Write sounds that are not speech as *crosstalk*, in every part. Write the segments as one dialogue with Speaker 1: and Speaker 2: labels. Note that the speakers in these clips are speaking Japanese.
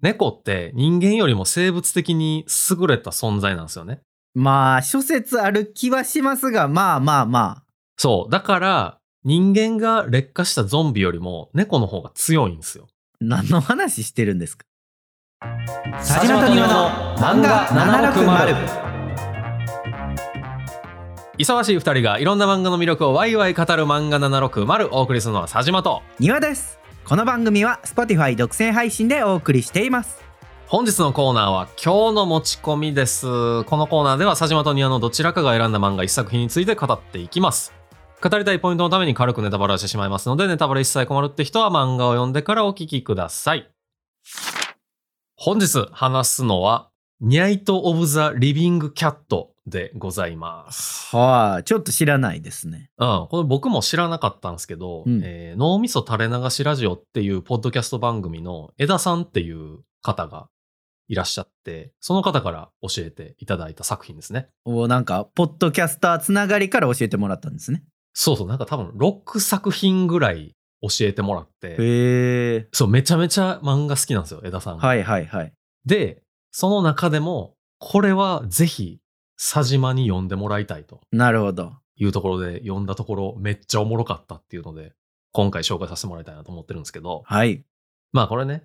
Speaker 1: 猫って人間よりも生物的に優れた存在なんですよね。
Speaker 2: まあ、諸説ある気はしますが、まあまあま
Speaker 1: そう。だから、人間が劣化したゾンビよりも猫の方が強いんですよ。
Speaker 2: あ、何の話してるんですか
Speaker 1: 佐島と庭の漫画760忙しい二人がいろんな漫画の魅力をワイワイ語る漫画760お送りするのは佐島と。
Speaker 2: 庭です。この番組は Spotify 独占配信でお送りしています。
Speaker 1: 本日のコーナーは今日の持ち込みです。このコーナーでは佐島と庭のどちらかが選んだ漫画一作品について語っていきます。語りたいポイントのために軽くネタバレをしてしまいますので、ネタバレ一切困るって人は漫画を読んでからお聞きください。本日話すのは、ニャイト・オブ・ザ・リビング・キャットでございます。
Speaker 2: はい、ちょっと知らないですね。
Speaker 1: うん、これ僕も知らなかったんですけど、
Speaker 2: うん
Speaker 1: えー脳みそ垂れ流しラジオっていうポッドキャスト番組の江田さんっていう方がいらっしゃって、その方から教えていただいた作品ですね。
Speaker 2: おなんか、ポッドキャスターつながりから教えてもらったんですね。
Speaker 1: そうそう、なんか多分6作品ぐらい教えてもらって、
Speaker 2: へえ。
Speaker 1: そう、めちゃめちゃ漫画好きなんですよ、江田さんが。
Speaker 2: はいはいはい。
Speaker 1: で、その中でも、これはぜひ、佐島に読んでもらいたいと
Speaker 2: なるほど。
Speaker 1: いうところで、読んだところめっちゃおもろかったっていうので、今回紹介させてもらいたいなと思ってるんですけど、
Speaker 2: はい。い
Speaker 1: まあこれね、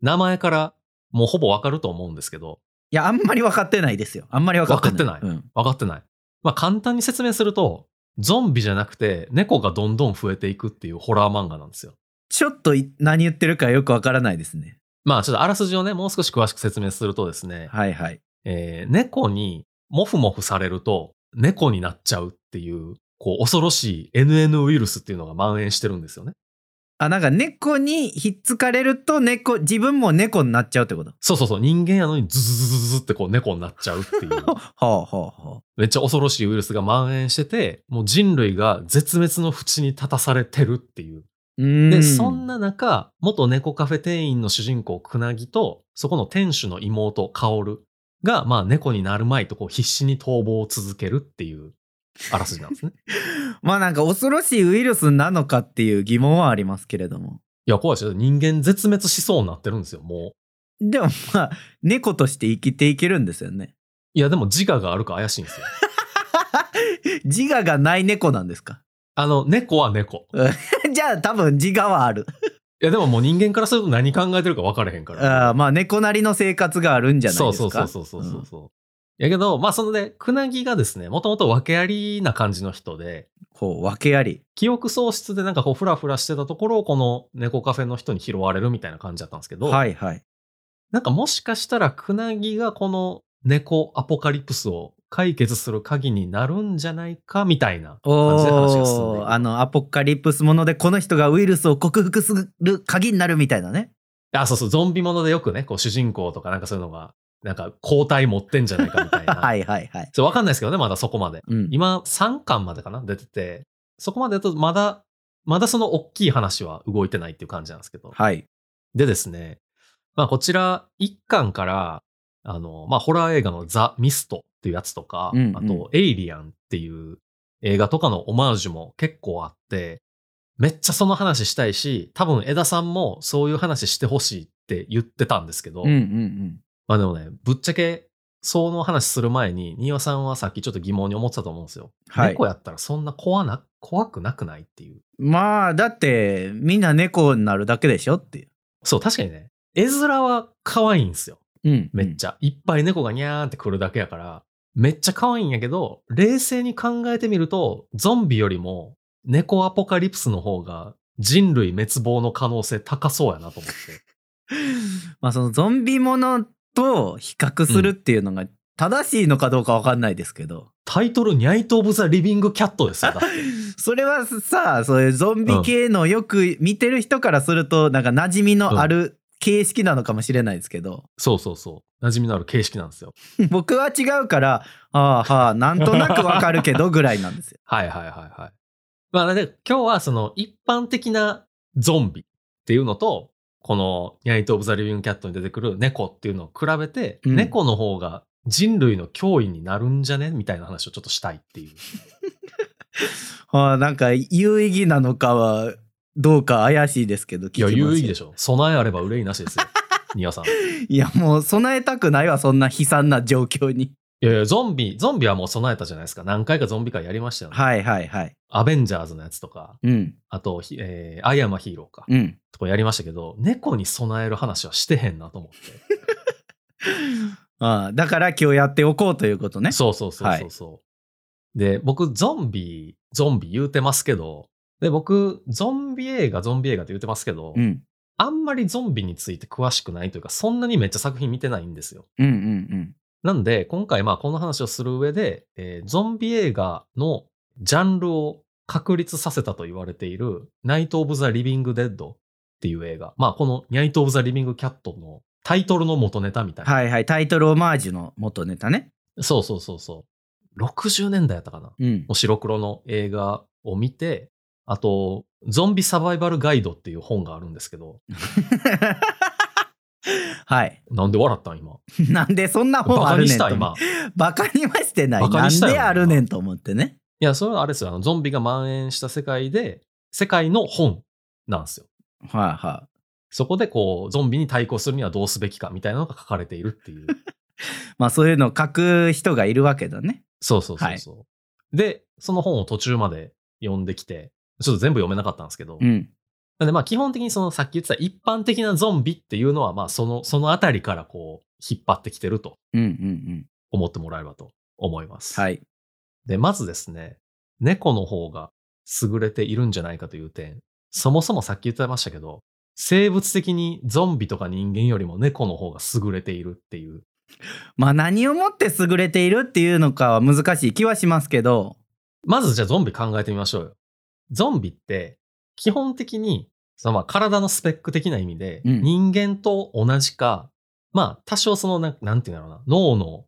Speaker 1: 名前からもうほぼわかると思うんですけど、
Speaker 2: や、あんまり分かってないですよ。あんまり分かってな
Speaker 1: 分かっ
Speaker 2: い。
Speaker 1: て
Speaker 2: ない。
Speaker 1: わかってない。まあ簡単に説明すると、ゾンビじゃなくて猫がどんどん増えていくっていうホラー漫画なんですよ。
Speaker 2: ちょっとい何言ってるかよく分からないですね。
Speaker 1: まあちょっとあらすじをね、もう少し詳しく説明するとですね、
Speaker 2: はいはい。
Speaker 1: えー猫にモフモフされると猫になっちゃうっていう、こう恐ろしい NN ウイルスっていうのが蔓延してるんですよね。
Speaker 2: あ、なんか猫にひっつかれると猫、自分も猫になっちゃうってこと。
Speaker 1: そうそうそう、人間やのにズズズズズってこう猫になっちゃうって
Speaker 2: *laughs*
Speaker 1: いう。
Speaker 2: はあはあは
Speaker 1: めっちゃ恐ろしいウイルスが蔓延してて、もう人類が絶滅の淵に立たされてるっていう。
Speaker 2: あ。ん
Speaker 1: で、そん。な中、元猫カフェ店員の主人公、くなぎと、そこの店主の妹、かおるが、まあ猫になるまいとこう必死に逃亡を続けるっていう、あらすじなんです
Speaker 2: *laughs*
Speaker 1: ね。
Speaker 2: まあなんか恐ろしいウイルスなのかっていう疑問はありますけれども。
Speaker 1: いや、怖いですよ。人間絶滅しそうになってるんですよ、もう。
Speaker 2: でもまあ、猫として生きていけるんですよね。 *laughs*
Speaker 1: いや、でも自我があるか怪しいんですよ。
Speaker 2: 自我がない猫なんですか *laughs*
Speaker 1: あの、猫は猫。
Speaker 2: じゃあ多分自我はある。
Speaker 1: いや、でももう人間からすると何考えてるか分からへんから。
Speaker 2: あーまあ猫なりの生活があるんじゃないですか。
Speaker 1: そうそうそうそうそうそう。やけど、まあそのね、くなぎがですね、もともと訳ありな感じの人で、
Speaker 2: こう、訳あり。
Speaker 1: 記憶喪失でなんかこうフラフラしてたところをこの猫カフェの人に拾われるみたいな感じだったんですけど、
Speaker 2: はいはい。
Speaker 1: なんかもしかしたらくなぎがこの猫アポカリプスを解決する鍵になるんじゃないかみたいな感じで話が進んでい
Speaker 2: おー
Speaker 1: く
Speaker 2: あの、アポカリプスもので、この人がウイルスを克服する鍵になるみたいなね。
Speaker 1: あ、そうそう、ゾンビものでよくね、こう主人公とかなんかそういうのが、なんか抗体持ってんじゃないかみたいな。
Speaker 2: *laughs* はいはいはい。
Speaker 1: そうわかんないですけどね、まだそこまで。
Speaker 2: うん、
Speaker 1: 今3巻までかな出ててそこまでだとまだまだその大きい話は動いてないっていう感じなんですけど、
Speaker 2: はい。
Speaker 1: でですねまあこちら1巻からあのまあホラー映画の「ザ・ミスト」っていうやつとか、
Speaker 2: うんうん
Speaker 1: あと「エイリアン」っていう映画とかのオマージュも結構あってめっちゃその話したいし多分江田さんもそういう話してほしいって言ってたんですけど、
Speaker 2: うんうんうん。
Speaker 1: まあでもねぶっちゃけその話する前に丹羽さんはさっきちょっと疑問に思ってたと思うんですよ。
Speaker 2: はい
Speaker 1: 猫。やったらそんな怖な怖くなくないっていう
Speaker 2: まあ、だって、みんな猫になるだけでしょっていう。
Speaker 1: そう確かにね絵面は可愛いんですよ
Speaker 2: うん
Speaker 1: めっちゃ、いっぱい猫がニャーンって来るだけやからめっちゃ可愛いんやけど冷静に考えてみるとゾンビよりも猫アポカリプスの方が人類滅亡の可能性高そうやなと思って
Speaker 2: まあ、そのゾンビものと比較するっていうのが正しいのかどうかわかんないですけど、
Speaker 1: タイトル「ニャイト・オブ・ザ・リビング・キャット」ですよだって
Speaker 2: *laughs* それはさ、そういうゾンビ系のよく見てる人からすると、なんか馴染みのある形式なのかもしれないですけど、
Speaker 1: そうそうそう馴染みのある形式なんですよ
Speaker 2: 僕は違うから、ああ、はあ、なんとなくわかるけどぐらいなんですよ。 *laughs*
Speaker 1: はいはいはいはい。まあ、なんで今日はその一般的なゾンビっていうのと、このニャイト・オブ・ザ・リビング・キャットに出てくる猫っていうのを比べて、
Speaker 2: うん
Speaker 1: 猫の方が人類の脅威になるんじゃねみたいな話をちょっとしたいっていう。
Speaker 2: はあ、なんか有意義なのかはどうか怪しいですけど、
Speaker 1: いや、有意義で
Speaker 2: し *laughs*
Speaker 1: しょ。備えあれば憂いなしですよ。ニワさん。い
Speaker 2: いや、もう備えたくないわ、そんな悲惨な状況に。
Speaker 1: やいや、ゾンビ、ゾンビはもう備えたじゃないですか。何回かゾンビ会やりましたよね。
Speaker 2: はいはいはい。
Speaker 1: アベンジャーズのやつとか、
Speaker 2: うん、
Speaker 1: あと、ひえーアイアムアヒーローか、
Speaker 2: うん。
Speaker 1: とかやりましたけど、猫に備える話はしてへんなと思って。
Speaker 2: ああだから今日やっておこうということね。
Speaker 1: そうそうそうそうそう、で、僕、ゾンビ、ゾンビ言うてますけど、で、僕、ゾンビ映画、ゾンビ映画って言うてますけど、
Speaker 2: うん、
Speaker 1: あんまりゾンビについて詳しくないというか、そんなにめっちゃ作品見てないんですよ。
Speaker 2: うん、うん、
Speaker 1: なんで、今回、まあ、この話をする上で、えーゾンビ映画のジャンルを確立させたと言われている、ナイト・オブ・ザ・リビング・デッドっていう映画。まあ、このナイト・オブ・ザ・リビング・キャットのタイトルの元ネタみた
Speaker 2: う
Speaker 1: い
Speaker 2: ん。
Speaker 1: な。
Speaker 2: はいはい。タイトルオマージュの元ネタね。
Speaker 1: そうそうそうそう。60年代やったかな。
Speaker 2: うん
Speaker 1: の。白黒の映画を見て、あと、ゾンビサバイバルガイドっていう本があるんですけど、
Speaker 2: はい。 *laughs*
Speaker 1: なんで笑ったん今。
Speaker 2: なんでそんな
Speaker 1: バ
Speaker 2: 本あ
Speaker 1: カ
Speaker 2: る
Speaker 1: に
Speaker 2: ね
Speaker 1: し
Speaker 2: ん
Speaker 1: た
Speaker 2: と。
Speaker 1: 今。
Speaker 2: バカにはしてない。
Speaker 1: バカ
Speaker 2: な
Speaker 1: にし
Speaker 2: ん
Speaker 1: たよ
Speaker 2: であるねんと思ってね。
Speaker 1: いや、それはあれですよ。あの、ゾンビが蔓延した世界で、世界の本なんですよ。
Speaker 2: はいは
Speaker 1: そこでこう、ゾンビに対抗するにはどうすべきかみたいなのが書かれているっ
Speaker 2: *laughs*
Speaker 1: ていう。
Speaker 2: い。まあそういうのを書く人がいるわけだね。
Speaker 1: そうそうそうそう、で、その本を途中まで読んできて、ちょっと全部読めなかったんですけど、
Speaker 2: うん。
Speaker 1: なんでまあ基本的にそのさっき言ってた一般的なゾンビっていうのはまあその、そのあたりからこう、引っ張ってきてると
Speaker 2: うんうんうん。
Speaker 1: 思ってもらえればと思います。
Speaker 2: はい。
Speaker 1: で、まずですね、猫の方が優れているんじゃないかという点、そもそもさっき言ってましたけど、生物的にゾンビとか人間よりも猫の方が優れているっていう。
Speaker 2: まあ何をもって優れているっていうのかは難しい気はしますけど。
Speaker 1: まずじゃあゾンビ考えてみましょうよ。ゾンビって、基本的に、そのまあ体のスペック的な意味で、
Speaker 2: うん
Speaker 1: 人間と同じか、まあ多少そのな、なんていうんだろうな、脳の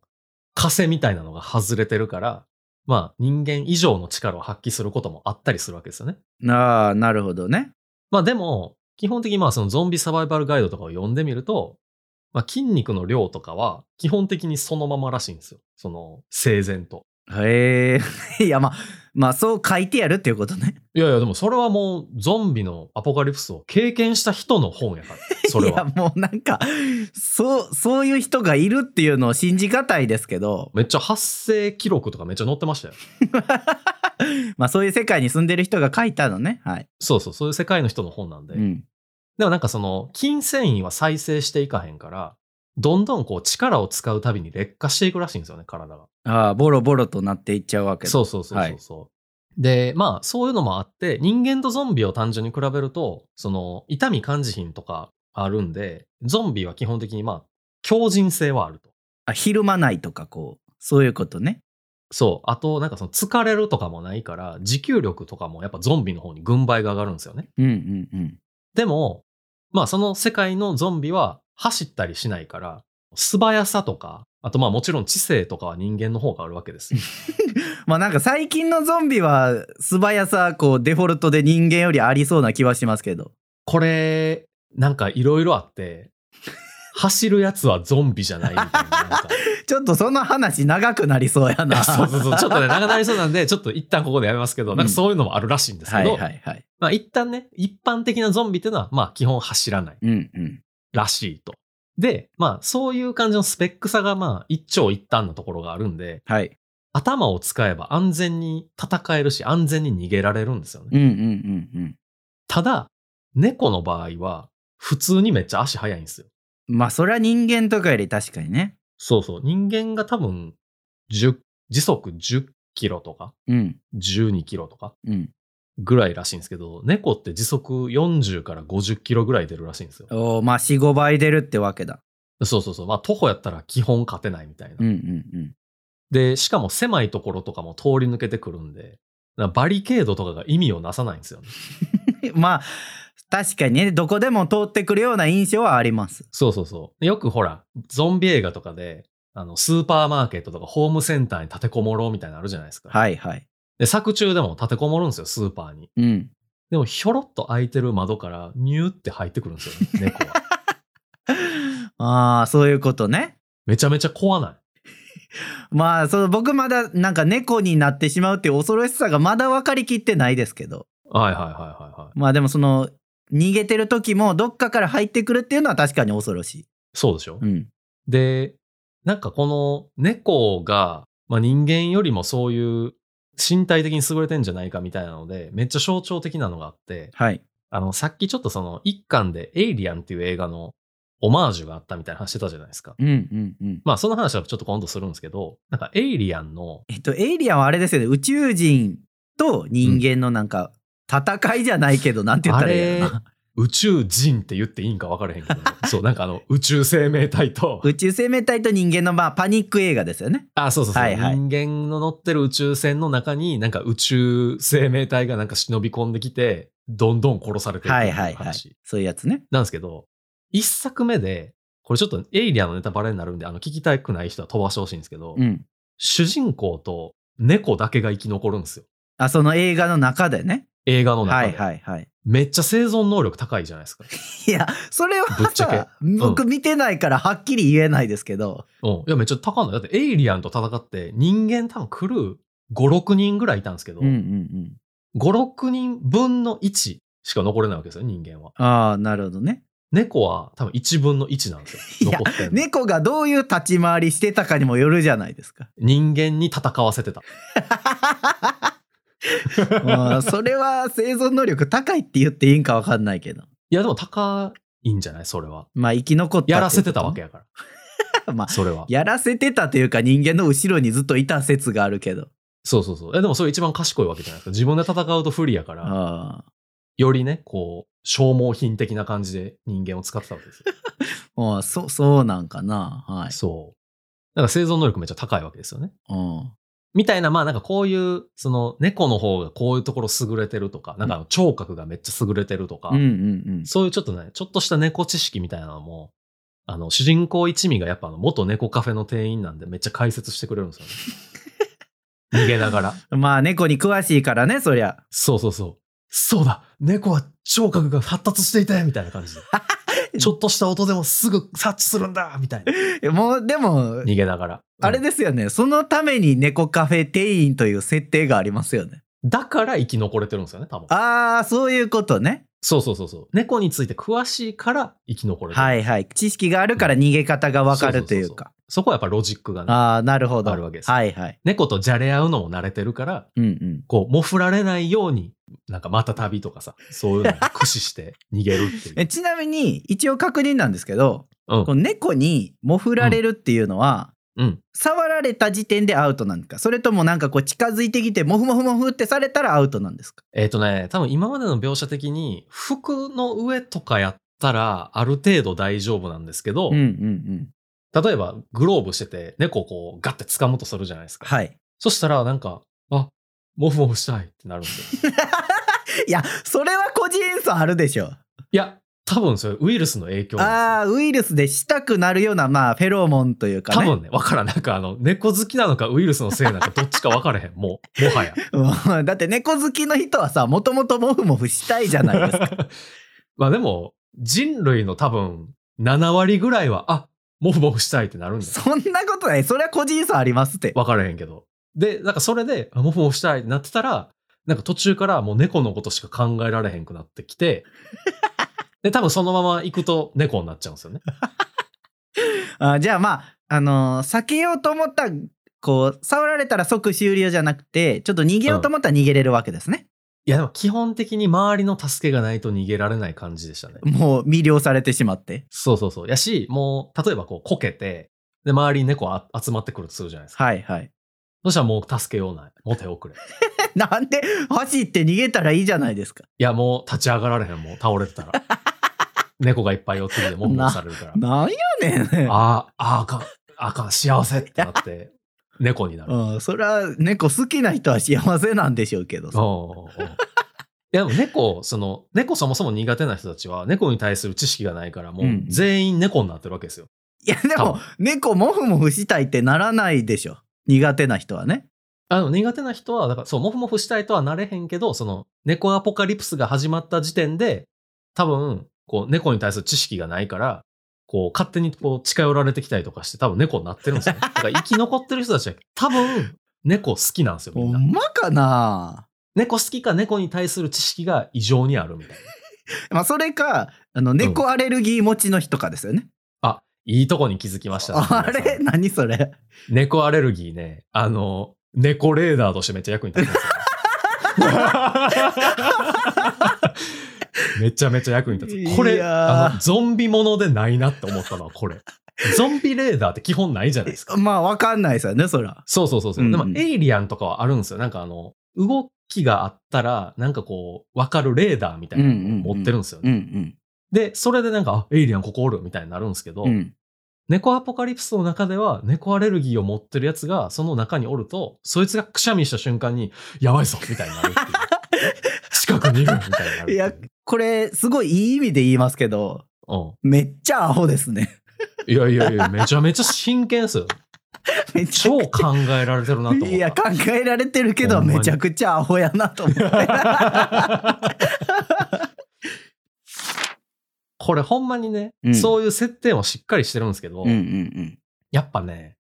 Speaker 1: 枷みたいなのが外れてるから、まあ人間以上の力を発揮することもあったりするわけですよね。
Speaker 2: ああ、なるほどね。
Speaker 1: まあでも、基本的にまあそのゾンビサバイバルガイドとかを読んでみると、まあ筋肉の量とかは基本的にそのままらしいんですよ。その整然と。
Speaker 2: へ *laughs* え。いやまあ、まあそう書いてやるっていうことね。
Speaker 1: いやいや、でもそれはもうゾンビのアポカリプスを経験した人の本やから、 *laughs* それ
Speaker 2: *laughs* いや
Speaker 1: は。
Speaker 2: もうなんか、そう、そういう人がいるっていうのを信じがたいですけど、 *laughs*
Speaker 1: めっちゃ発生記録とかめっちゃ載ってましたよ。
Speaker 2: まあそういう世界に住んでる人が書いたのね。はい。
Speaker 1: そうそう、そういう世界の人の本なんで。
Speaker 2: うん。
Speaker 1: でもなんかその筋繊維は再生していかへんから、どんどんこう力を使うたびに劣化していくらしいんですよね、体が。
Speaker 2: ああ、ボロボロとなっていっちゃうわけだ。
Speaker 1: そうそうそうそうそう、でまあそういうのもあって人間とゾンビを単純に比べるとその痛み感じ品とかあるんでゾンビは基本的にまあ強靭性はあると
Speaker 2: あ、ひるまないとかこう、そういうことね。
Speaker 1: そうあとなんかその疲れるとかもないから持久力とかもやっぱゾンビの方に軍配が上がるんですよね
Speaker 2: うんうんうん。
Speaker 1: でもまあその世界のゾンビは走ったりしないから素早さとかあとまあもちろん知性とかは人間の方があるわけですよ
Speaker 2: まあなんか最近のゾンビは素早さこうデフォルトで人間よりありそうな気はしますけど。
Speaker 1: これ、なんかいろいろあって、走るやつはゾンビじゃないみたいななんか。
Speaker 2: ちょっとその話長くなりそうや
Speaker 1: いや *laughs*
Speaker 2: な。
Speaker 1: そう
Speaker 2: *laughs*
Speaker 1: そうそう。ちょっとね、長なりそうなんで、ちょっと一旦ここでやめますけど、なんかそういうのもあるらしいんです
Speaker 2: は
Speaker 1: けど、
Speaker 2: いはいはい。
Speaker 1: まあ一旦ね、一般的なゾンビっていうのは、まあ基本走らない
Speaker 2: うんうん。
Speaker 1: らしいと。で、まあそういう感じのスペック差がまあ一長一短のところがあるんで、
Speaker 2: はい。
Speaker 1: 頭を使えば安全に戦えるし、安全に逃げられるんですよね。
Speaker 2: うんうんうん
Speaker 1: ただ、猫の場合は、普通にめっちゃ足速いんですよ。
Speaker 2: うん。まあそれは人間とかより確かにね。
Speaker 1: そうそう。人間が多分、10時速10キロとか、
Speaker 2: うん
Speaker 1: 12キロとか
Speaker 2: うん。
Speaker 1: ぐらいらしいんですけど、猫って時速40から50キロぐらい出るらしいんですよ。
Speaker 2: おーまあ4、5倍出るってわけだ。
Speaker 1: そうそうそう。まあ、徒歩やったら基本勝てないみたいな。
Speaker 2: うんうんうん。
Speaker 1: で、しかも狭いところとかも通り抜けてくるんで、だからバリケードとかが意味をなさないんですよね。
Speaker 2: *laughs* まあ確かにねどこでも通ってくるような印象はあります。
Speaker 1: そうそうそう。よくほら、ゾンビ映画とかで、あの、スーパーマーケットとかホームセンターに立てこもろうみたいなのあるじゃないですか。
Speaker 2: はいはい。
Speaker 1: で、作中でも立てこもるんですよ、スーパーに。
Speaker 2: うん。
Speaker 1: でも、ひょろっと開いてる窓から、ニューって入ってくるんですよ、ね、猫
Speaker 2: *laughs*
Speaker 1: は。
Speaker 2: ああそういうことね。
Speaker 1: めちゃめちゃ怖ない。
Speaker 2: まあその僕まだなんか猫になってしまうっていう恐ろしさがまだ分かりきってないですけど
Speaker 1: はいはいはいはいはい。
Speaker 2: まあでもその逃げてる時もどっかから入ってくるっていうのは確かに恐ろしい。
Speaker 1: そうでしょ、
Speaker 2: うん。
Speaker 1: で、なんかこの猫が、まあ、人間よりもそういう身体的に優れてんじゃないかみたいなので、めっちゃ象徴的なのがあって、
Speaker 2: はい。
Speaker 1: あの、さっきちょっとその一巻でエイリアンっていう映画のオマージュがあったみたいな話してたじゃないですか。
Speaker 2: うんうんうん。
Speaker 1: まあその話はちょっと今度するんですけど、なんかエイリアンの、
Speaker 2: えっと、エイリアンはあれですよね。宇宙人と人間のなんか、戦いじゃないけど、なんて言ったらいいんやろ
Speaker 1: あ
Speaker 2: な。
Speaker 1: 宇宙人って言っていいんか分からへんけど、そう、なんかあの宇宙生命体と、
Speaker 2: *laughs* 宇宙生命体と人間の、まあ、パニック映画ですよ
Speaker 1: *laughs*
Speaker 2: ね。
Speaker 1: あ、そうそうそう、
Speaker 2: はいはい
Speaker 1: 人間の乗ってる宇宙船の中に、なんか宇宙生命体がなんか忍び込んできて、どんどん殺されていくって
Speaker 2: はいいうはい
Speaker 1: 話
Speaker 2: はい。そういうやつね。
Speaker 1: なんですけど、一作目で、これちょっとエイリアンのネタバレになるんで、あの聞きたくない人は飛ばしてほしいんですけど、
Speaker 2: うん。
Speaker 1: 主人公と猫だけが生き残るんですよ。
Speaker 2: あ、その映画の中でね。
Speaker 1: 映画の中
Speaker 2: は
Speaker 1: で。
Speaker 2: いはいはい。
Speaker 1: めっちゃ生存能力高いじゃないですか。
Speaker 2: いや、それ
Speaker 1: ぶっ
Speaker 2: は
Speaker 1: ちゃけ
Speaker 2: さ、僕見てないからはっきり言えないですけど、
Speaker 1: うん。いや、めっちゃ高いんだ。だってエイリアンと戦って、人間多分来る5、6人ぐらいいたんですけど、
Speaker 2: うんうんうん。
Speaker 1: 5、6人分の1しか残れないわけですよ、人間は。
Speaker 2: ああ、なるほどね。猫
Speaker 1: 猫は多分1分の1なんですよ。
Speaker 2: いや
Speaker 1: 残ってんの
Speaker 2: 猫がどういう立ち回りしてたかにもよるじゃないで
Speaker 1: *laughs*
Speaker 2: すか。
Speaker 1: 人間に戦わせてた。
Speaker 2: まあそれは生存能力高いって言っていいんかわかんないけど。
Speaker 1: いや、でも高いんじゃないそれは。
Speaker 2: まあ生き残ったっていうこと
Speaker 1: やらせてたわけ。やか
Speaker 2: *laughs* ま
Speaker 1: ら、
Speaker 2: あ、
Speaker 1: それは。
Speaker 2: やらせてたというか人間の後ろにずっといた説があるけど。
Speaker 1: そうそうそう。えでもそれ一番賢いわけじゃないですか。自分で戦うと不利やから、
Speaker 2: あ
Speaker 1: よりね、こう、消耗品的な感じで人間を使ってたわけですよ。
Speaker 2: あああ、そ、そうなんかな。はい。
Speaker 1: そう。だから生存能力めっちゃ高いわけですよね。
Speaker 2: うん
Speaker 1: みたいな、まあなんかこういう、その猫の方がこういうところ優れてるとか、なんかあの聴覚がめっちゃ優れてるとか、
Speaker 2: うんうん
Speaker 1: そういうちょっとね、ちょっとした猫知識みたいなのも、あの、主人公一味がやっぱあの、元猫カフェの店員なんでめっちゃ解説してくれるんですよね。
Speaker 2: *laughs*
Speaker 1: 逃げながら。
Speaker 2: うん。まあ猫に詳しいからね、そりゃ。
Speaker 1: そうそうそう。そうだ猫は聴覚が発達していてみたいな感
Speaker 2: *laughs*
Speaker 1: じで。ちょっとした音でもすぐ察知するんだみたいな。
Speaker 2: もう、でも、
Speaker 1: 逃げながら。
Speaker 2: あれ
Speaker 1: うん
Speaker 2: ですよね。そのために猫カフェ店員という設定がありますよね。
Speaker 1: だから生き残れてるんですよね、多分。
Speaker 2: ああ、そういうことね。
Speaker 1: そうそうそうそう。猫について詳しいから生き残れてる。
Speaker 2: はいはい。知識があるから逃げ方がわかるとい
Speaker 1: そうそう
Speaker 2: う
Speaker 1: そう
Speaker 2: か。
Speaker 1: そこはやっぱロジックがね。
Speaker 2: ああ、なるほど。
Speaker 1: あるわけです
Speaker 2: はいはい。
Speaker 1: 猫とじゃれ合うのも慣れてるから、
Speaker 2: うんうん。
Speaker 1: こう、もふられないように、なんかまた旅とかさ、そういうのを駆使して逃げるってい
Speaker 2: *laughs* え
Speaker 1: う。
Speaker 2: ちなみに、一応確認なんですけど、
Speaker 1: うん
Speaker 2: こ。の猫にもふられるっていうのは、
Speaker 1: うん。
Speaker 2: 触られた時点でアウトなんですかそれともなんかこう近づいてきて、もふもふもふってされたらアウトなんですか
Speaker 1: えっ、とね、多分今までの描写的に、服の上とかやったら、ある程度大丈夫なんですけど、
Speaker 2: うんうんうん。
Speaker 1: 例えばグローブしてて、猫をこうガッて掴むとするじゃないですか。
Speaker 2: はい。
Speaker 1: そしたらなんか、あ、モフモフしたいって
Speaker 2: *laughs*
Speaker 1: なるんですよ。
Speaker 2: いや、それは個人差あるでしょ。
Speaker 1: いや、多分それウイルスの影響なん
Speaker 2: ああ、ウイルスでしたくなるような、まあ、フェロモンという
Speaker 1: ですよ。多
Speaker 2: かね。
Speaker 1: 分ね、わからん。なんかあの、猫好きなのかウイルスのせいなのかどっちかわからへん。もう、もはや。
Speaker 2: うんだって猫好きの人はさ、もともとモフモフしたいじゃないです
Speaker 1: *laughs*
Speaker 2: か。
Speaker 1: まあでも、人類の多分、7割ぐらいは、あ、モフモフしたいってなるんだよ。
Speaker 2: そんなことない。それは個人差ありますって。
Speaker 1: わからへんけど。で、なんかそれで、あモフモフしたいってなってたら、なんか途中からもう猫のことしか考えられへんくなってき *laughs* て、で、多分そのまま行くと猫になっちゃうんですよね。
Speaker 2: あじゃあまあ、あのー避けようと思った、こう、触られたら即終了じゃなくて、ちょっと逃げようと思ったら逃げれるわけですね。
Speaker 1: いや、でも基本的に周りの助けがないと逃げられない感じでしたね。
Speaker 2: もう魅了されてしまって。
Speaker 1: そうそうそう。やし、もう、例えばこう、こけて、で、周りに猫あ集まってくるとするじゃないですか。
Speaker 2: はいはい。
Speaker 1: そしたらもう助けようない。もう手遅れ。い
Speaker 2: *laughs* なんで走って逃げたらいいじゃないですか。
Speaker 1: や、もう立ち上がられへん。もう倒れてたら。猫がいっぱい寄ってきて、もんもんされるから。
Speaker 2: なんやねん。
Speaker 1: あーあー、あかん、あかん、幸せってなって、猫になる。うん
Speaker 2: うん、それは猫好きな人は幸せなんでしょうけどさ
Speaker 1: うんうんいや、でも猫、その、猫そもそも苦手な人たちは、猫に対する知識がないから、もう
Speaker 2: うん
Speaker 1: 全員猫になってるわけですよ。
Speaker 2: いやで
Speaker 1: 多
Speaker 2: も
Speaker 1: 分
Speaker 2: 猫モフモフしたいってならないでしょ苦手な人はね
Speaker 1: あの苦手な人は、だから、そう、モフモフしたいとはなれへんけど、その、猫アポカリプスが始まった時点で、多分、こう、猫に対する知識がないから、こう、勝手にこう、近寄られてきたりとかして、多分猫になってるんです
Speaker 2: *laughs*
Speaker 1: よね。だから、生き残ってる人たちは、多分、猫好きなんですよ、み
Speaker 2: ほ
Speaker 1: んな。
Speaker 2: んまかな、
Speaker 1: 猫好きか猫に対する知識が異常にあるみたいな。
Speaker 2: まあ、それかあの猫アレルギー持ちの人かですよね、
Speaker 1: あ、いいとこに気づきましたね、
Speaker 2: あれ何それ
Speaker 1: 猫アレルギーね、あの、猫レーダーとしてめっちゃ役に立って
Speaker 2: *laughs*
Speaker 1: ますよ。めちゃめちゃ役に立つ。こ
Speaker 2: い
Speaker 1: れ、
Speaker 2: やー
Speaker 1: あの、ゾンビものでないなって思ったのはこれ。ゾンビレーダーって基本ないじゃないですか。
Speaker 2: まあわかんないですよねそら
Speaker 1: そうそうそうそう。
Speaker 2: うん
Speaker 1: で
Speaker 2: う
Speaker 1: も
Speaker 2: ん、
Speaker 1: エイリアンとかはあるんですよ。なんかあの、動きがあったら、なんかこう、わかるレーダーみたいなのを持ってるんですよね。
Speaker 2: うん
Speaker 1: で、それでなんか、あ、エイリアンここおるみたいになるんですけど、
Speaker 2: うんうん
Speaker 1: 猫アポカリプスの中では、猫アレルギーを持ってるやつが、その中におると、そいつがくしゃみした瞬間に、やばいぞみたいになるっていう。近くにいるみたいになるってう。
Speaker 2: いやこれすごいいい意味で言いますけど
Speaker 1: うん。
Speaker 2: めっちゃアホですね
Speaker 1: いやいやいや、めちゃめちゃ真剣っすよ。
Speaker 2: *laughs* めっちゃ
Speaker 1: 超考えられてるなと思った。
Speaker 2: いや考えられてるけど
Speaker 1: ほんまに
Speaker 2: めちゃくちゃアホやなと *laughs* 思って
Speaker 1: *laughs* これほんまにね、
Speaker 2: うん
Speaker 1: そういう設定もしっかりしてるんですけど、
Speaker 2: ん
Speaker 1: やっぱね、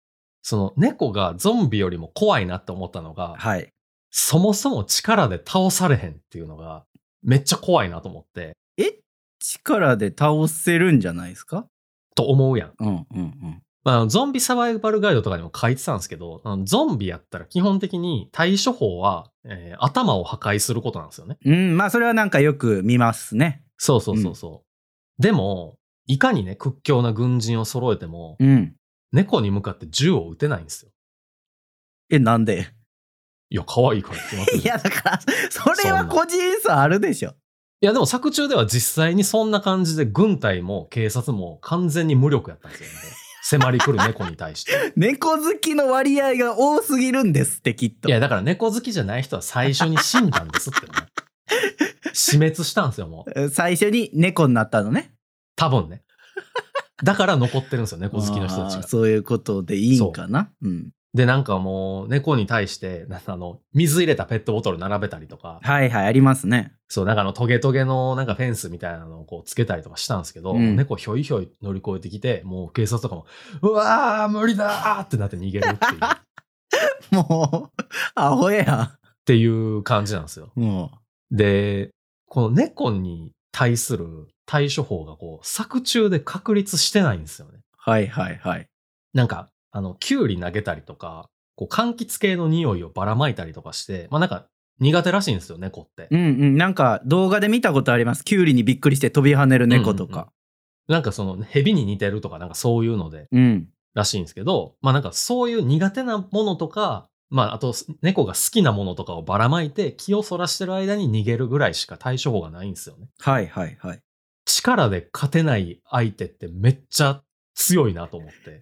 Speaker 1: その猫がゾンビよりも怖いなって思ったのが、
Speaker 2: はい
Speaker 1: そもそも力で倒されへんっていうのが、めっちゃ怖いなと思って、
Speaker 2: 力で倒せるんじゃないですか
Speaker 1: と思うやん。
Speaker 2: うんうんうん
Speaker 1: まあ、ゾンビサバイバルガイドとかにも書いてたんですけど、あのゾンビやったら基本的に対処法は、えー頭を破壊することなんですよね。
Speaker 2: うんまあそれはなんかよく見ますね
Speaker 1: そうそうそうそう。でも、いかにね、屈強な軍人を揃えても、
Speaker 2: うん
Speaker 1: 猫に向かって銃を撃てないんですよ。
Speaker 2: えなんで
Speaker 1: いや、可愛いからって決まってる
Speaker 2: いやだからそれは個人差あるでしょ
Speaker 1: いや、でも作中では実際にそんな感じで軍隊も警察も完全に無力やったん
Speaker 2: *laughs*
Speaker 1: ですよね。迫り来る猫に対して。
Speaker 2: 猫好きの割合が多すぎるんですってきっと
Speaker 1: いや、だから猫好きじゃない人は最初に死んだんです
Speaker 2: *laughs*
Speaker 1: ってね。死滅したんですよ、もう。
Speaker 2: 最初に猫になったのね
Speaker 1: 多分ね。だから残ってるんですよ、猫好きの人たち
Speaker 2: あー
Speaker 1: が。
Speaker 2: そういうことでいいんかなうん
Speaker 1: で、なんかもう、猫に対して、なんかあの、水入れたペットボトル並べたりとか、
Speaker 2: はいはいありますね
Speaker 1: そう、なんかあの、トゲトゲのなんかフェンスみたいなのをこうつけたりとかしたんですけど、
Speaker 2: うん
Speaker 1: 猫ひょいひょい乗り越えてきて、もう警察とかも、うわー、無理だーってなって逃げるっていう、
Speaker 2: *laughs*
Speaker 1: っ
Speaker 2: もうアホや
Speaker 1: ていう感じなんですよ。
Speaker 2: も
Speaker 1: で、この猫に対する対処法がこう、作中で確立してないんですよね。
Speaker 2: うはいはいはい
Speaker 1: なんか、あの、キュウリ投げたりとか、こう、柑橘系の匂いをばらまいたりとかして、まあなんか、苦手らしいんですよ、猫って。
Speaker 2: うんうんなんか動画で見たことありますキュウリにびっくりして飛び跳ねる猫とか
Speaker 1: なんかその、蛇に似てるとか、なんかそういうので、
Speaker 2: うん、
Speaker 1: らしいんですけど、まあなんかそういう苦手なものとか、まああと猫が好きなものとかをばらまいて気をそらしてる間に逃げるぐらいしか対処法がないんですよね。
Speaker 2: はいはいはい
Speaker 1: 力で勝てない相手ってめっちゃ強いなと思って。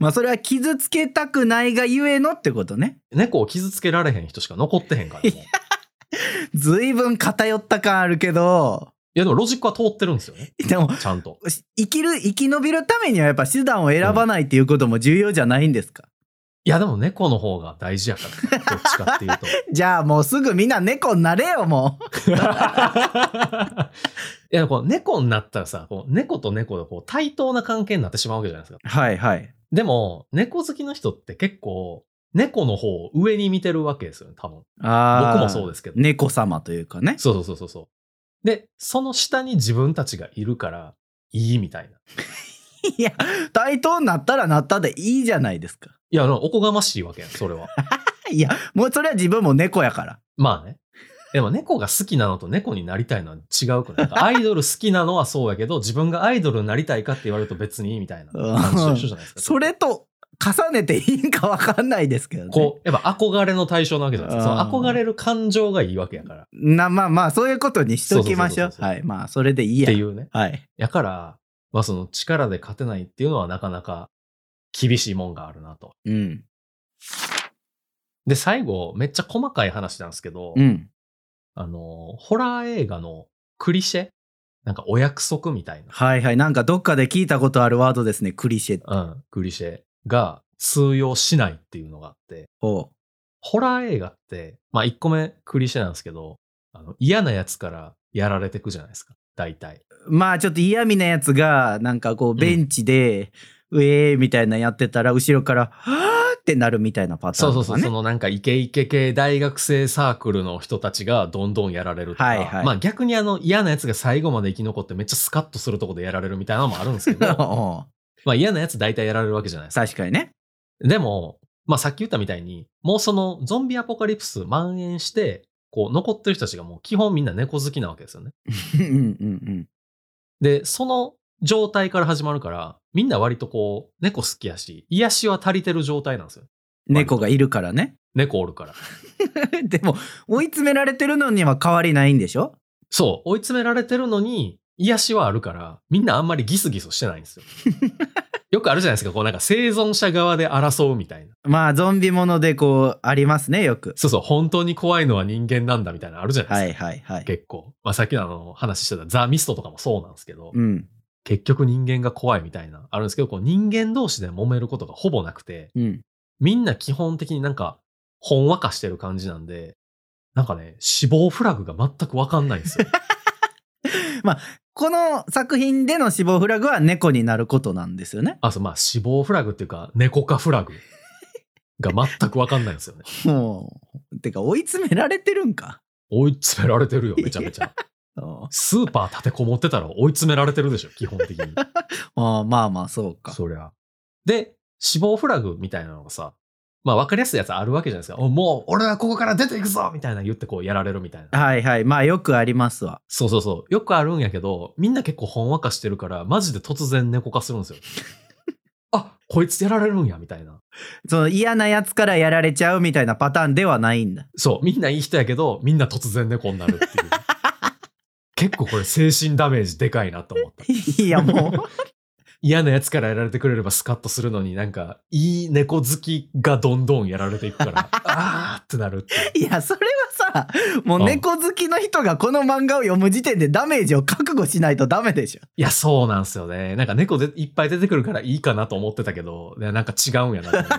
Speaker 2: まあそれは傷つけたくないがゆえのってことね
Speaker 1: 猫を傷つけられへん人しか残ってへんからもう。い
Speaker 2: ずいぶん偏った感あるけど
Speaker 1: やでもロジックは通ってるんですよね。
Speaker 2: でも
Speaker 1: ちゃんと。
Speaker 2: し生きる生き延びるためにはやっぱ手段を選ばないっていうことも重要じゃないんですか、
Speaker 1: いやでも猫の方が大事やから。どっちかって *laughs* いうと。
Speaker 2: じゃあもうすぐみんな猫になれよも
Speaker 1: いやこう猫になったらさ、こう猫と猫がこう対等な関係になってしまうわけじゃないですか。
Speaker 2: うはいはい
Speaker 1: でも、猫好きの人って結構、猫の方を上に見てるわけですよね、多分。
Speaker 2: あ
Speaker 1: 僕もそう
Speaker 2: う
Speaker 1: ですけど。
Speaker 2: 猫様という
Speaker 1: *laughs*
Speaker 2: かね
Speaker 1: そうそうそうそうそう。で、その下に自分たちがいるから、いいみたいな。
Speaker 2: いや対等になったらなったでいいじゃないですか
Speaker 1: いや、あのおこがましいわけやん、それは。
Speaker 2: いやもうそれは自分も猫やから
Speaker 1: まあね。でも猫が好きなのと猫になりたいのは違うくないなんかアイドル好きなのはそうやけど、自分がアイドルになりたいかって言われると別にいいみたいな感じと一緒じゃないですか。
Speaker 2: それと重ねていいんか分かんないですけどね
Speaker 1: こう、やっぱ憧れの対象なわけじゃないですか。
Speaker 2: あ
Speaker 1: そ
Speaker 2: ー
Speaker 1: の憧れる感情がいいわけやから。っ
Speaker 2: なまあまあそういうことにしときましょう
Speaker 1: そうそうそうそうそう
Speaker 2: はいまあそれでいいや
Speaker 1: ていうね。
Speaker 2: はい
Speaker 1: やから、まあその力で勝てないっていうのはなかなか厳しいもんがあるなと。
Speaker 2: うん
Speaker 1: で、最後、めっちゃ細かい話なんですけど、
Speaker 2: うん
Speaker 1: あの、ホラー映画のクリシェなんかお約束みたい
Speaker 2: はいはいなんかどっかで聞いたことあるワードですねクリシェ
Speaker 1: な、うん、クリシェが通用しないっていうのがあって、
Speaker 2: を
Speaker 1: ホラー映画って、まあ1個目クリシェなんですけど、あの嫌なやつからやられてくじゃないですか、大体。
Speaker 2: まあちょっと嫌味なやつがなんかこうベンチで、うえーみたいなやってたら後ろからはーってなるみたいなパタ
Speaker 1: そう
Speaker 2: ーン
Speaker 1: そ
Speaker 2: と
Speaker 1: うそ
Speaker 2: か
Speaker 1: う、
Speaker 2: ね
Speaker 1: そのなんかイケイケ系大学生サークルの人たちがどんどんやられるとか、
Speaker 2: はいはい
Speaker 1: まあ逆 *laughs* にあの嫌なやつが最後まで生き残ってめっちゃスカッとするとこでやられるみたいなのもあるんですけど、ま
Speaker 2: *laughs* おう
Speaker 1: まあ嫌なやつ大体やられるわけじゃないですか。
Speaker 2: 確かにね。
Speaker 1: でも、まあさっき言ったみたいに、もうそのゾンビアポカリプス蔓延して、こう残ってる人たちがもう基本みんな猫好きなわけですよね。
Speaker 2: うんうん
Speaker 1: で、その状態から始まるから、みんな割とこう、猫好きやし、癒しは足りてる状態なんですよ。
Speaker 2: うん。猫がいるからね。 *laughs*
Speaker 1: 猫おるから。
Speaker 2: でも、追い詰められてるのには変わりないんでしょ
Speaker 1: そう、追い詰められてるのに、癒しはあるから、みんなあんまりギスギスしてないんですよ。よくあるじゃないですか、こうなんか生存者側で争うみたいな。
Speaker 2: まあ、ゾンビものでこう、ありますね、よく。
Speaker 1: そうそう、本当に怖いのは人間なんだみたいなのあるじゃないですか。
Speaker 2: はいはいはい。
Speaker 1: 結構。まあさっきのあの話してたザ・ミストとかもそうなんですけど、
Speaker 2: うん。
Speaker 1: 結局人間が怖いみたいな、あるんですけど、こう人間同士で揉めることがほぼなくて、
Speaker 2: うん。
Speaker 1: みんな基本的になんか、ほんわかしてる感じなんで、なんかね、死亡フラグが全くわかんないんですよ。
Speaker 2: この作品での死亡フラグは猫になることなんですよね。
Speaker 1: あ、そう、まあ死亡フラグっていうか、猫化フラグが全くわかんないんですよね。
Speaker 2: もう、てか追い詰められてるんか。
Speaker 1: 追い詰められてるよ、めちゃめちゃ。
Speaker 2: あ
Speaker 1: スーパー立てこもってたら追い詰められてるでしょ、基本的に。
Speaker 2: あまあまあ、そうか。
Speaker 1: そりゃ。で、死亡フラグみたいなのがさ、まあ分かりやすいやつあるわけじゃないですか。おもう俺はここから出ていくぞみたいな言ってこうやられるみたいな。
Speaker 2: はいはい。まあ、よくありますわ。
Speaker 1: そうそうそう。よくあるんやけど、みんな結構ほんわかしてるから、マジで突然猫化するんですよ。あこいつやられるんや、みたいな。
Speaker 2: その嫌なやつからやられちゃうみたいなパターンではないん *laughs* だ。
Speaker 1: そう、みんないい人やけど、みんな突然猫になるっていう。結構これ精神ダメージでかいなと思った。
Speaker 2: いや、もう。
Speaker 1: 嫌なやつからやられてくれればスカッとするのになんか、いい猫好きがどんどんやられていくから、あーってなるっていう。
Speaker 2: いや、それはさ、もう
Speaker 1: うん
Speaker 2: 猫好きの人がこの漫画を読む時点でダメージを覚悟しないとダメでしょ。
Speaker 1: いや、そうなんですよね。なんか猫でいっぱい出てくるからいいかなと思ってたけど、いやなんか違うんやなと思いま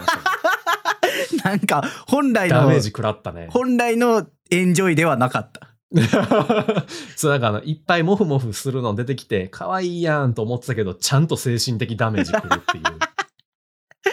Speaker 1: したね、
Speaker 2: なんか、本来
Speaker 1: ダ
Speaker 2: の
Speaker 1: メー、ジ食らったね。
Speaker 2: 本来のエンジョイではなかった。
Speaker 1: *laughs* そう、なんかあの、いっぱいモフモフするの出てきて、可愛いやんと思ってたけど、ちゃんと精神的ダメージ食るっていう。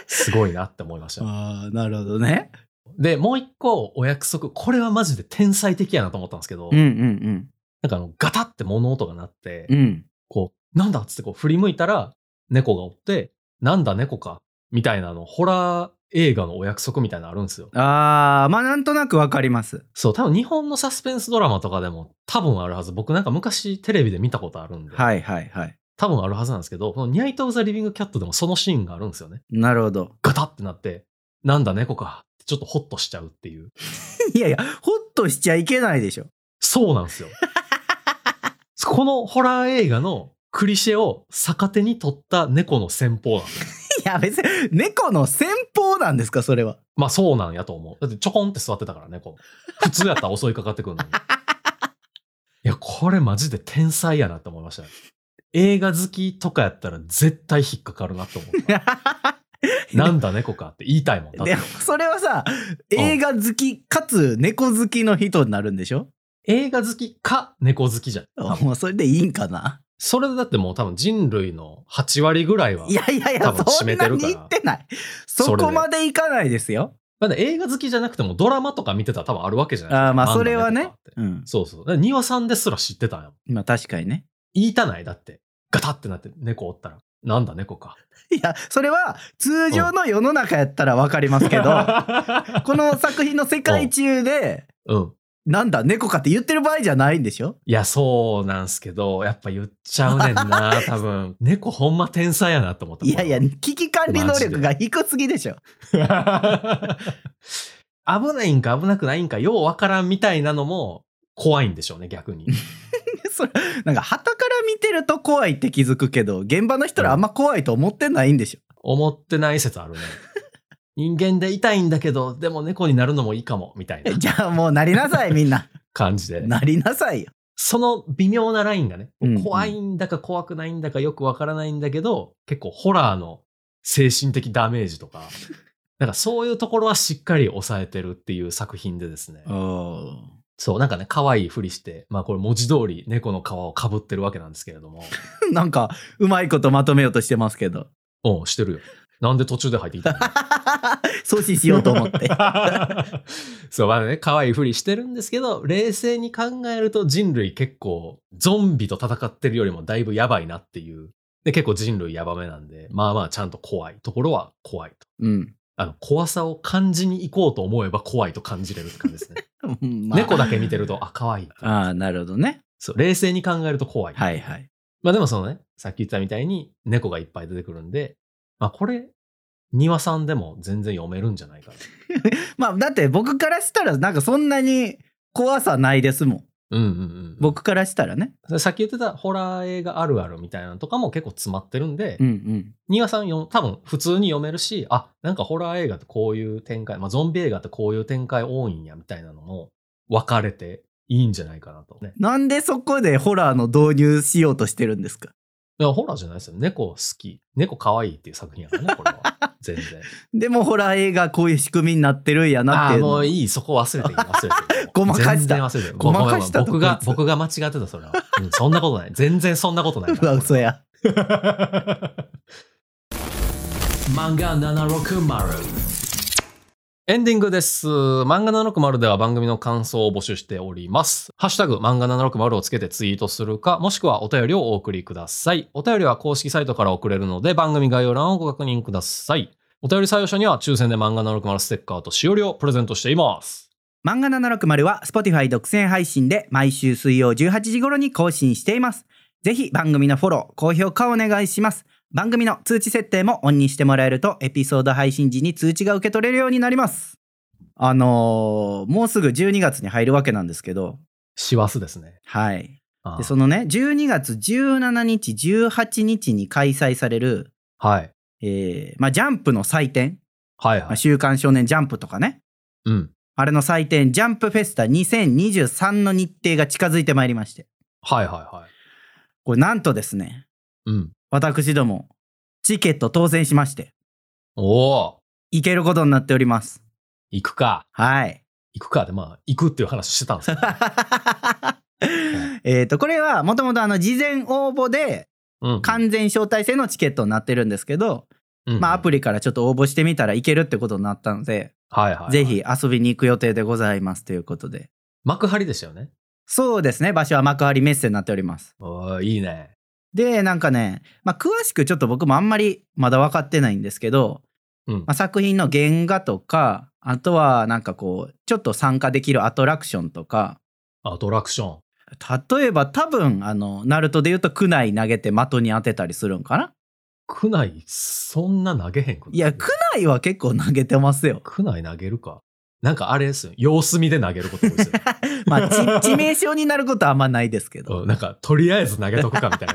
Speaker 1: すごいなって思いました。
Speaker 2: ああ、なるほどね。
Speaker 1: で、もう一個お約束、これはマジで天才的やなと思ったんですけど、
Speaker 2: うんうん
Speaker 1: なんかあの、ガタって物音が鳴って、
Speaker 2: うん。うん。
Speaker 1: こう、なんだっつってこう振り向いたら、猫がおって、なんだ猫か、みたいなあの、ホラー映画のお約束みたいなのあるんですよ。
Speaker 2: ああ、まあなんとなくわかります。
Speaker 1: そう、多分日本のサスペンスドラマとかでも多分あるはず。僕なんか昔テレビで見たことあるんで、
Speaker 2: はいはいはい。
Speaker 1: 多分あるはずなんですけど、このニャイト・オブ・ザ・リビング・キャットでもそのシーンがあるんですよね。
Speaker 2: なるほど。
Speaker 1: ガタってなって、なんだ猫か、ってちょっとホッとしちゃうっていう。
Speaker 2: いやいや、ホッとしちゃいけないでしょ。
Speaker 1: そうなんですよ。このホラー映画のクリシェを逆手に取った猫の戦法なんですよ
Speaker 2: いや、別に、猫の戦法なんですか、それ *laughs* は。
Speaker 1: まあそうなんやと思う。だってちょこんって座ってたから猫。普通やったら襲いかかってくるのに。いや、これマジで天才やなって思いましたね。映画好きとかやったら絶対引っかかるなって思った。なんだ猫かって言いたいもん。だって
Speaker 2: でも、それはさ、
Speaker 1: うん
Speaker 2: 映画好き、かつ猫好きの人になるんでしょ
Speaker 1: 映画好きか猫好きじゃん。多分
Speaker 2: *laughs* もうそれでいいんかな、
Speaker 1: それだってもう多分人類の8割ぐらいはい
Speaker 2: やいやい
Speaker 1: 多
Speaker 2: や、
Speaker 1: 分
Speaker 2: そ
Speaker 1: 締
Speaker 2: ん
Speaker 1: めて
Speaker 2: な
Speaker 1: る
Speaker 2: に
Speaker 1: から
Speaker 2: 言ってない。そこまでいかないですよ。
Speaker 1: まだ映画好きじゃなくてもドラマとか見てたら多分あるわけじゃないですか。
Speaker 2: ああー、まあ、
Speaker 1: なん
Speaker 2: そ
Speaker 1: だ
Speaker 2: れは
Speaker 1: 猫
Speaker 2: ね
Speaker 1: かって。
Speaker 2: うん。
Speaker 1: そうそう。だから庭さんですら知ってたんやもん。
Speaker 2: まあ、確かにね。
Speaker 1: 言いたないだって。ガタってなって猫おったら。なんだ猫か。
Speaker 2: いや、それは、通常の世の中やったらわかりますけど、 *laughs* この作品の世界中で、
Speaker 1: *laughs* うん。
Speaker 2: なんだ、猫かって言ってる場合じゃないんでしょ
Speaker 1: いや、そうなんすけど、やっぱ言っちゃうねん
Speaker 2: *laughs*
Speaker 1: な、多分。猫ほんま天才やなと思った。
Speaker 2: いやいや、危機管理能力が低すぎでしょ。
Speaker 1: や。 *laughs* 危ないんか危なくないんか、ようわからんみたいなのも怖いんでしょうね、逆に。
Speaker 2: *laughs* それなんか旗から見てると怖いって気づくけど現場の人らあんま怖いと思ってないんでしょ、
Speaker 1: 思ってない説
Speaker 2: *laughs*
Speaker 1: あるね。人間で痛いんだけど、でも猫になるのもいいかも、みたいな
Speaker 2: *laughs* じゃあもうなりなさいみ
Speaker 1: *laughs*
Speaker 2: んな
Speaker 1: 感じで。
Speaker 2: なりなさいよ
Speaker 1: その微妙なラインがね
Speaker 2: うんうん、
Speaker 1: 怖いんだか怖くないんだかよくわからないんだけど、結構ホラーの精神的ダメージと
Speaker 2: *laughs*
Speaker 1: か、なんかそういうところはしっかり抑えてるっていう作品でですね。そう、なんかね、可愛いふりして、まあこれ文字通り猫の皮をかぶってるわけなんですけれど
Speaker 2: *laughs*
Speaker 1: も、
Speaker 2: なんかうまいことまとめようとしてますけど *laughs*
Speaker 1: うん、してるよ。なんで途中で入ってきたの
Speaker 2: 阻止しようと思って *laughs*
Speaker 1: *laughs* そう、まあね、可愛いふりしてるんですけど、冷静に考えると人類結構ゾンビと戦ってるよりもだいぶやばいなっていうで、結構人類やばめなんで、まあまあちゃんと怖いところは怖いと。
Speaker 2: うん。
Speaker 1: あの、怖さを感じに行こうと思えば怖いと感じれるって感じですね。
Speaker 2: うん *laughs* まあ
Speaker 1: 猫だけ見てると、あ、可愛い。
Speaker 2: ああ、なるほどね。
Speaker 1: そう、冷静に考えると怖い。
Speaker 2: はいはい。
Speaker 1: まあでもそのね、さっき言ったみたいに猫がいっぱい出てくるんで、まあこれ、庭さんでも全然読めるんじゃないか
Speaker 2: まあ、だって僕からしたら、なんかそんなに怖さないですもん。
Speaker 1: な。うんうんうん。
Speaker 2: 僕からしたらね。
Speaker 1: さっき言ってたホラー映画あるあるみたいなのとかも結構詰まってるんで、
Speaker 2: うんうん。
Speaker 1: 庭さんよ多分普通に読めるし、あ、なんかホラー映画ってこういう展開、まあゾンビ映画ってこういう展開多いんやみたいなのも分かれていいんじゃないかなと。ね。
Speaker 2: なんでそこでホラーの導入しようとしてるんですか
Speaker 1: いや、ホラーじゃないですよ。猫好き。猫可愛いっていう作品やからね、これは。
Speaker 2: *laughs*
Speaker 1: 全然。
Speaker 2: でもホラー映画こういう仕組みになってるんやな
Speaker 1: あ
Speaker 2: って
Speaker 1: あ
Speaker 2: い
Speaker 1: ー、
Speaker 2: うの
Speaker 1: もういい、そこ忘れていい、忘れていい。
Speaker 2: *laughs* ごまかした
Speaker 1: 全然忘れていい
Speaker 2: ごまかした
Speaker 1: ごめんごめん僕が
Speaker 2: こ、いつ
Speaker 1: 僕が間違ってた、それは。うんそんなことない。全然そんなことないうから。
Speaker 2: わ、 *laughs* 嘘や。
Speaker 1: 漫画760エンディングです。漫画760では番組の感想を募集しております。ハッシュタグ、漫画760をつけてツイートするか、もしくはお便りをお送りください。お便りは公式サイトから送れるので、番組概要欄をご確認ください。お便り採用者には抽選で漫画760ステッカーとしおりをプレゼントしています。
Speaker 2: 漫画760は Spotify 独占配信で毎週水曜18時頃に更新しています。ぜひ番組のフォロー、高評価をお願いします。番組の通知設定もオンにしてもらえるとエピソード配信時に通知が受け取れるようになります。あのーもうすぐ12月に入るわけなんですけど、
Speaker 1: 師走ですね。
Speaker 2: はい。
Speaker 1: あー
Speaker 2: で、そのね、12月17日、18日に開催される、
Speaker 1: はい。
Speaker 2: えーまあ、ジャンプの祭典、
Speaker 1: はい
Speaker 2: ま
Speaker 1: は
Speaker 2: あ
Speaker 1: い。
Speaker 2: 週刊少年ジャンプとかね、
Speaker 1: うん。
Speaker 2: あれの祭典、ジャンプフェスタ2023の日程が近づいてまいりまして、
Speaker 1: はいはいはい。
Speaker 2: これなんとですね、
Speaker 1: うん。
Speaker 2: 私ども、チケット当選しまして、
Speaker 1: おお
Speaker 2: 行けることになっております。
Speaker 1: 行くか。
Speaker 2: はい。
Speaker 1: 行くかで、まあ、行くっていう話してたんです
Speaker 2: *laughs*
Speaker 1: よ。
Speaker 2: えっと、これはもともとあの、事前応募で
Speaker 1: うん
Speaker 2: 完全招待制のチケットになってるんですけど、
Speaker 1: うん
Speaker 2: まあ、アプリからちょっと応募してみたらいけるってことになったので、
Speaker 1: はいはいはい
Speaker 2: ぜひ遊びに行く予定でございますということで。
Speaker 1: 幕張でしたよね。
Speaker 2: そうですね、場所は幕張メッセになっております。
Speaker 1: おーいいね。
Speaker 2: で、なんかね、まあ、詳しくちょっと僕もあんまりまだ分かってないんですけど、
Speaker 1: うん
Speaker 2: まあ、作品の原画とか、あとはなんかこう、ちょっと参加できるアトラクションとか、
Speaker 1: アトラクション。
Speaker 2: 例えば多分、あの、ナルトで言うと、区内投げて的に当てたりするんかな
Speaker 1: 区内、そんな投げへんくない
Speaker 2: いや、区内は結構投げてますよ。 *laughs*
Speaker 1: 区内投げるか。なんかあれですよ。様子見で投げること多い
Speaker 2: *laughs*
Speaker 1: ですよ
Speaker 2: まあ、ち *laughs* 致命傷になることはあんまないですけど。
Speaker 1: うん。なんか、とりあえず投げとくかみたい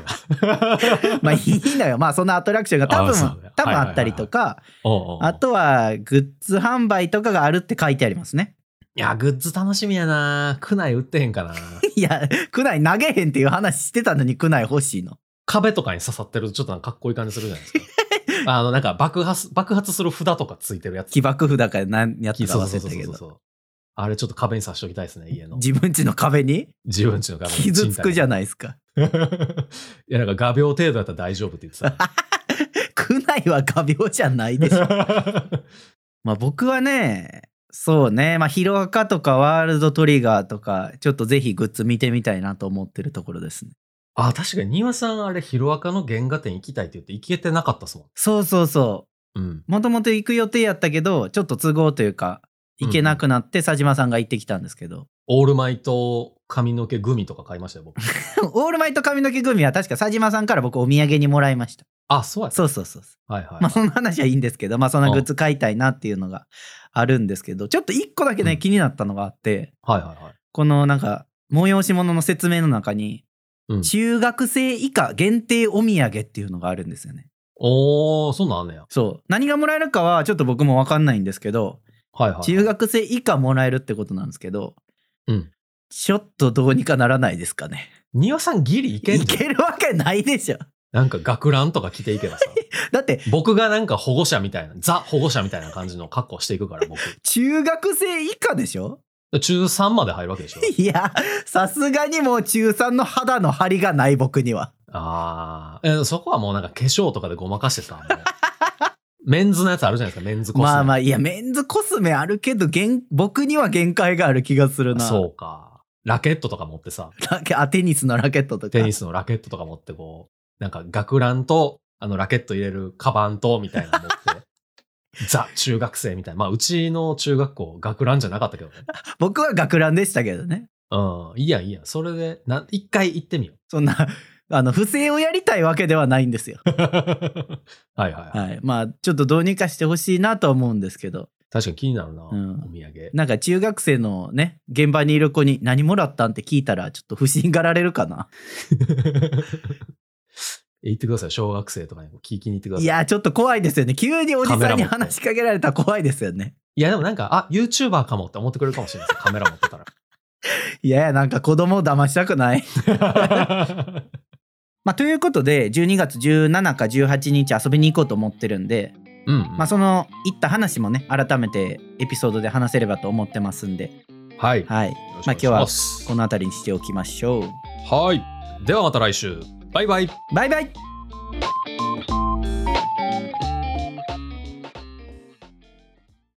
Speaker 1: な。
Speaker 2: *laughs* まあいいのよ。まあそのアトラクションが多
Speaker 1: あそう
Speaker 2: 分
Speaker 1: ね、
Speaker 2: 多
Speaker 1: はいは
Speaker 2: 分
Speaker 1: いはい
Speaker 2: あったりとか、
Speaker 1: *laughs* おうおう
Speaker 2: あとはグッズ販売とかがあるって書いてありますね。
Speaker 1: いや、グッズ楽しみやな。区内売ってへんかな。
Speaker 2: いや、区内投げへんっていう話してたのに区内欲しいの。
Speaker 1: 壁とかに刺さってるとちょっとなんかかっこいい感じするじゃないです
Speaker 2: *laughs*
Speaker 1: か。あの、なんか爆発、爆発する札とかついてるやつ。
Speaker 2: 起爆札から何やったか
Speaker 1: そう
Speaker 2: 忘
Speaker 1: そう
Speaker 2: れ
Speaker 1: そ
Speaker 2: た
Speaker 1: う
Speaker 2: け
Speaker 1: そう
Speaker 2: ど。
Speaker 1: そう。あれちょっと壁に刺しておきたいですね、家の。
Speaker 2: 自分家の壁に
Speaker 1: 自分ちの画面。
Speaker 2: 傷つくじゃ
Speaker 1: ん。
Speaker 2: ないですか。
Speaker 1: *laughs* いや、なんか画鋲程度やったら大丈夫って言って
Speaker 2: *laughs*
Speaker 1: た。
Speaker 2: 区内は画鋲じゃないでし
Speaker 1: *laughs*
Speaker 2: ょ。まあ僕はね、そうね、まあヒロアカとかワールドトリガーとか、ちょっとぜひグッズ見てみたいなと思ってるところですね。
Speaker 1: あ、確かに、庭さん、あれ、ヒロアカの原画展行きたいって言って行けてなかったっすも
Speaker 2: そうそうそう。
Speaker 1: ん。うん。
Speaker 2: もともと行く予定やったけどちょっと都合というか行けなくなって佐島さんが行ってきたんですけど、
Speaker 1: オールマイト髪の毛グミとか買いましたよ、僕。
Speaker 2: *laughs* オールマイト髪の毛グミは確か佐島さんから僕お土産にもらいました
Speaker 1: あ、そうやった。
Speaker 2: そうそうそうそう
Speaker 1: はいはい。
Speaker 2: まあその話はいいんですけどまあそんなグッズ買いたいなっていうのがあるんですけどちょっと一個だけね、
Speaker 1: うん
Speaker 2: 気になったのがあって
Speaker 1: はいはいはい。
Speaker 2: このなんか催し物の説明の中に、
Speaker 1: うん
Speaker 2: 中学生以下限定お土産っていうのがあるんですよね
Speaker 1: おー、そんなんあんねや。
Speaker 2: そう何がもらえるかはちょっと僕も分かんないんですけど
Speaker 1: はいはい。
Speaker 2: 中学生以下もらえるってことなんですけど、
Speaker 1: うん
Speaker 2: ちょっとどうにかならないですかね。
Speaker 1: 庭さんギリ行けん
Speaker 2: い
Speaker 1: じゃん。
Speaker 2: けるわけないでしょ。
Speaker 1: なんか学ランとか着ていけ
Speaker 2: *laughs*
Speaker 1: ばさ。
Speaker 2: だって
Speaker 1: 僕がなんか保護者みたいな、ザ保護者みたいな感じの格好していくから、僕。
Speaker 2: 中学生以下でしょ
Speaker 1: 中3まで入るわけでしょ。
Speaker 2: *laughs* いやさすがにもう中3の肌の張りがない僕には。
Speaker 1: ああ、えそこはもうなんか化粧とかでごまかしてさ、も
Speaker 2: *laughs*
Speaker 1: うメンズのやつあるじゃないですか、メンズコスメ。
Speaker 2: まあまあいやメンズコスメあるけど限僕には限界がある気がするな。
Speaker 1: そうか。ラケットとか持ってさ、
Speaker 2: *laughs* ラケあテニスのラケットとか。
Speaker 1: テニスのラケットとか持ってこう、なんか学ランと、あの、ラケット入れるカバンと、みたいなの持
Speaker 2: *laughs*
Speaker 1: って、ザ、中学生みたいな。まあ、うちの中学校、学ランじゃなかったけどね。
Speaker 2: 僕は学ランでしたけどね。
Speaker 1: うん。いいやんいいやん。それで、な、一回行ってみよう。
Speaker 2: そんな、 *laughs* あの、不正をやりたいわけではないんですよ。 *laughs*
Speaker 1: はいはいはい。
Speaker 2: はい。まあ、ちょっとどうにかしてほしいなとは思うんですけど、
Speaker 1: 確かに気になるな、
Speaker 2: うん
Speaker 1: お土産。 *laughs*
Speaker 2: なんか中学生のね、現場にいる子に何もらったんって聞いたら、ちょっと不審がられるかな。
Speaker 1: 言ってください。小学生とかにも聞きに行ってください。
Speaker 2: い
Speaker 1: いや、
Speaker 2: や、ちょっと怖いですよね。急におじ
Speaker 1: カメ
Speaker 2: さ
Speaker 1: ラ
Speaker 2: んに
Speaker 1: 持って
Speaker 2: 話しかけられたら怖いですよね。
Speaker 1: でもなんか、あ、YouTuber かもって思ってくれるかもしれないです。カメラ持って
Speaker 2: *laughs*
Speaker 1: た
Speaker 2: いやいや、なんか子供を騙したくない。
Speaker 1: ら。
Speaker 2: *laughs* まあ、ということで、12月17か18日遊びに行こうと思ってるんで、
Speaker 1: うん、
Speaker 2: まあ、その行った話もね、改めてエピソードで話せればと思ってますんで、
Speaker 1: はい。
Speaker 2: はい。
Speaker 1: よろしくお願いし
Speaker 2: まあ、今日は
Speaker 1: ます
Speaker 2: この辺りにしておきましょう。
Speaker 1: はい。ではまた来週。バイバイ。
Speaker 2: バイバイ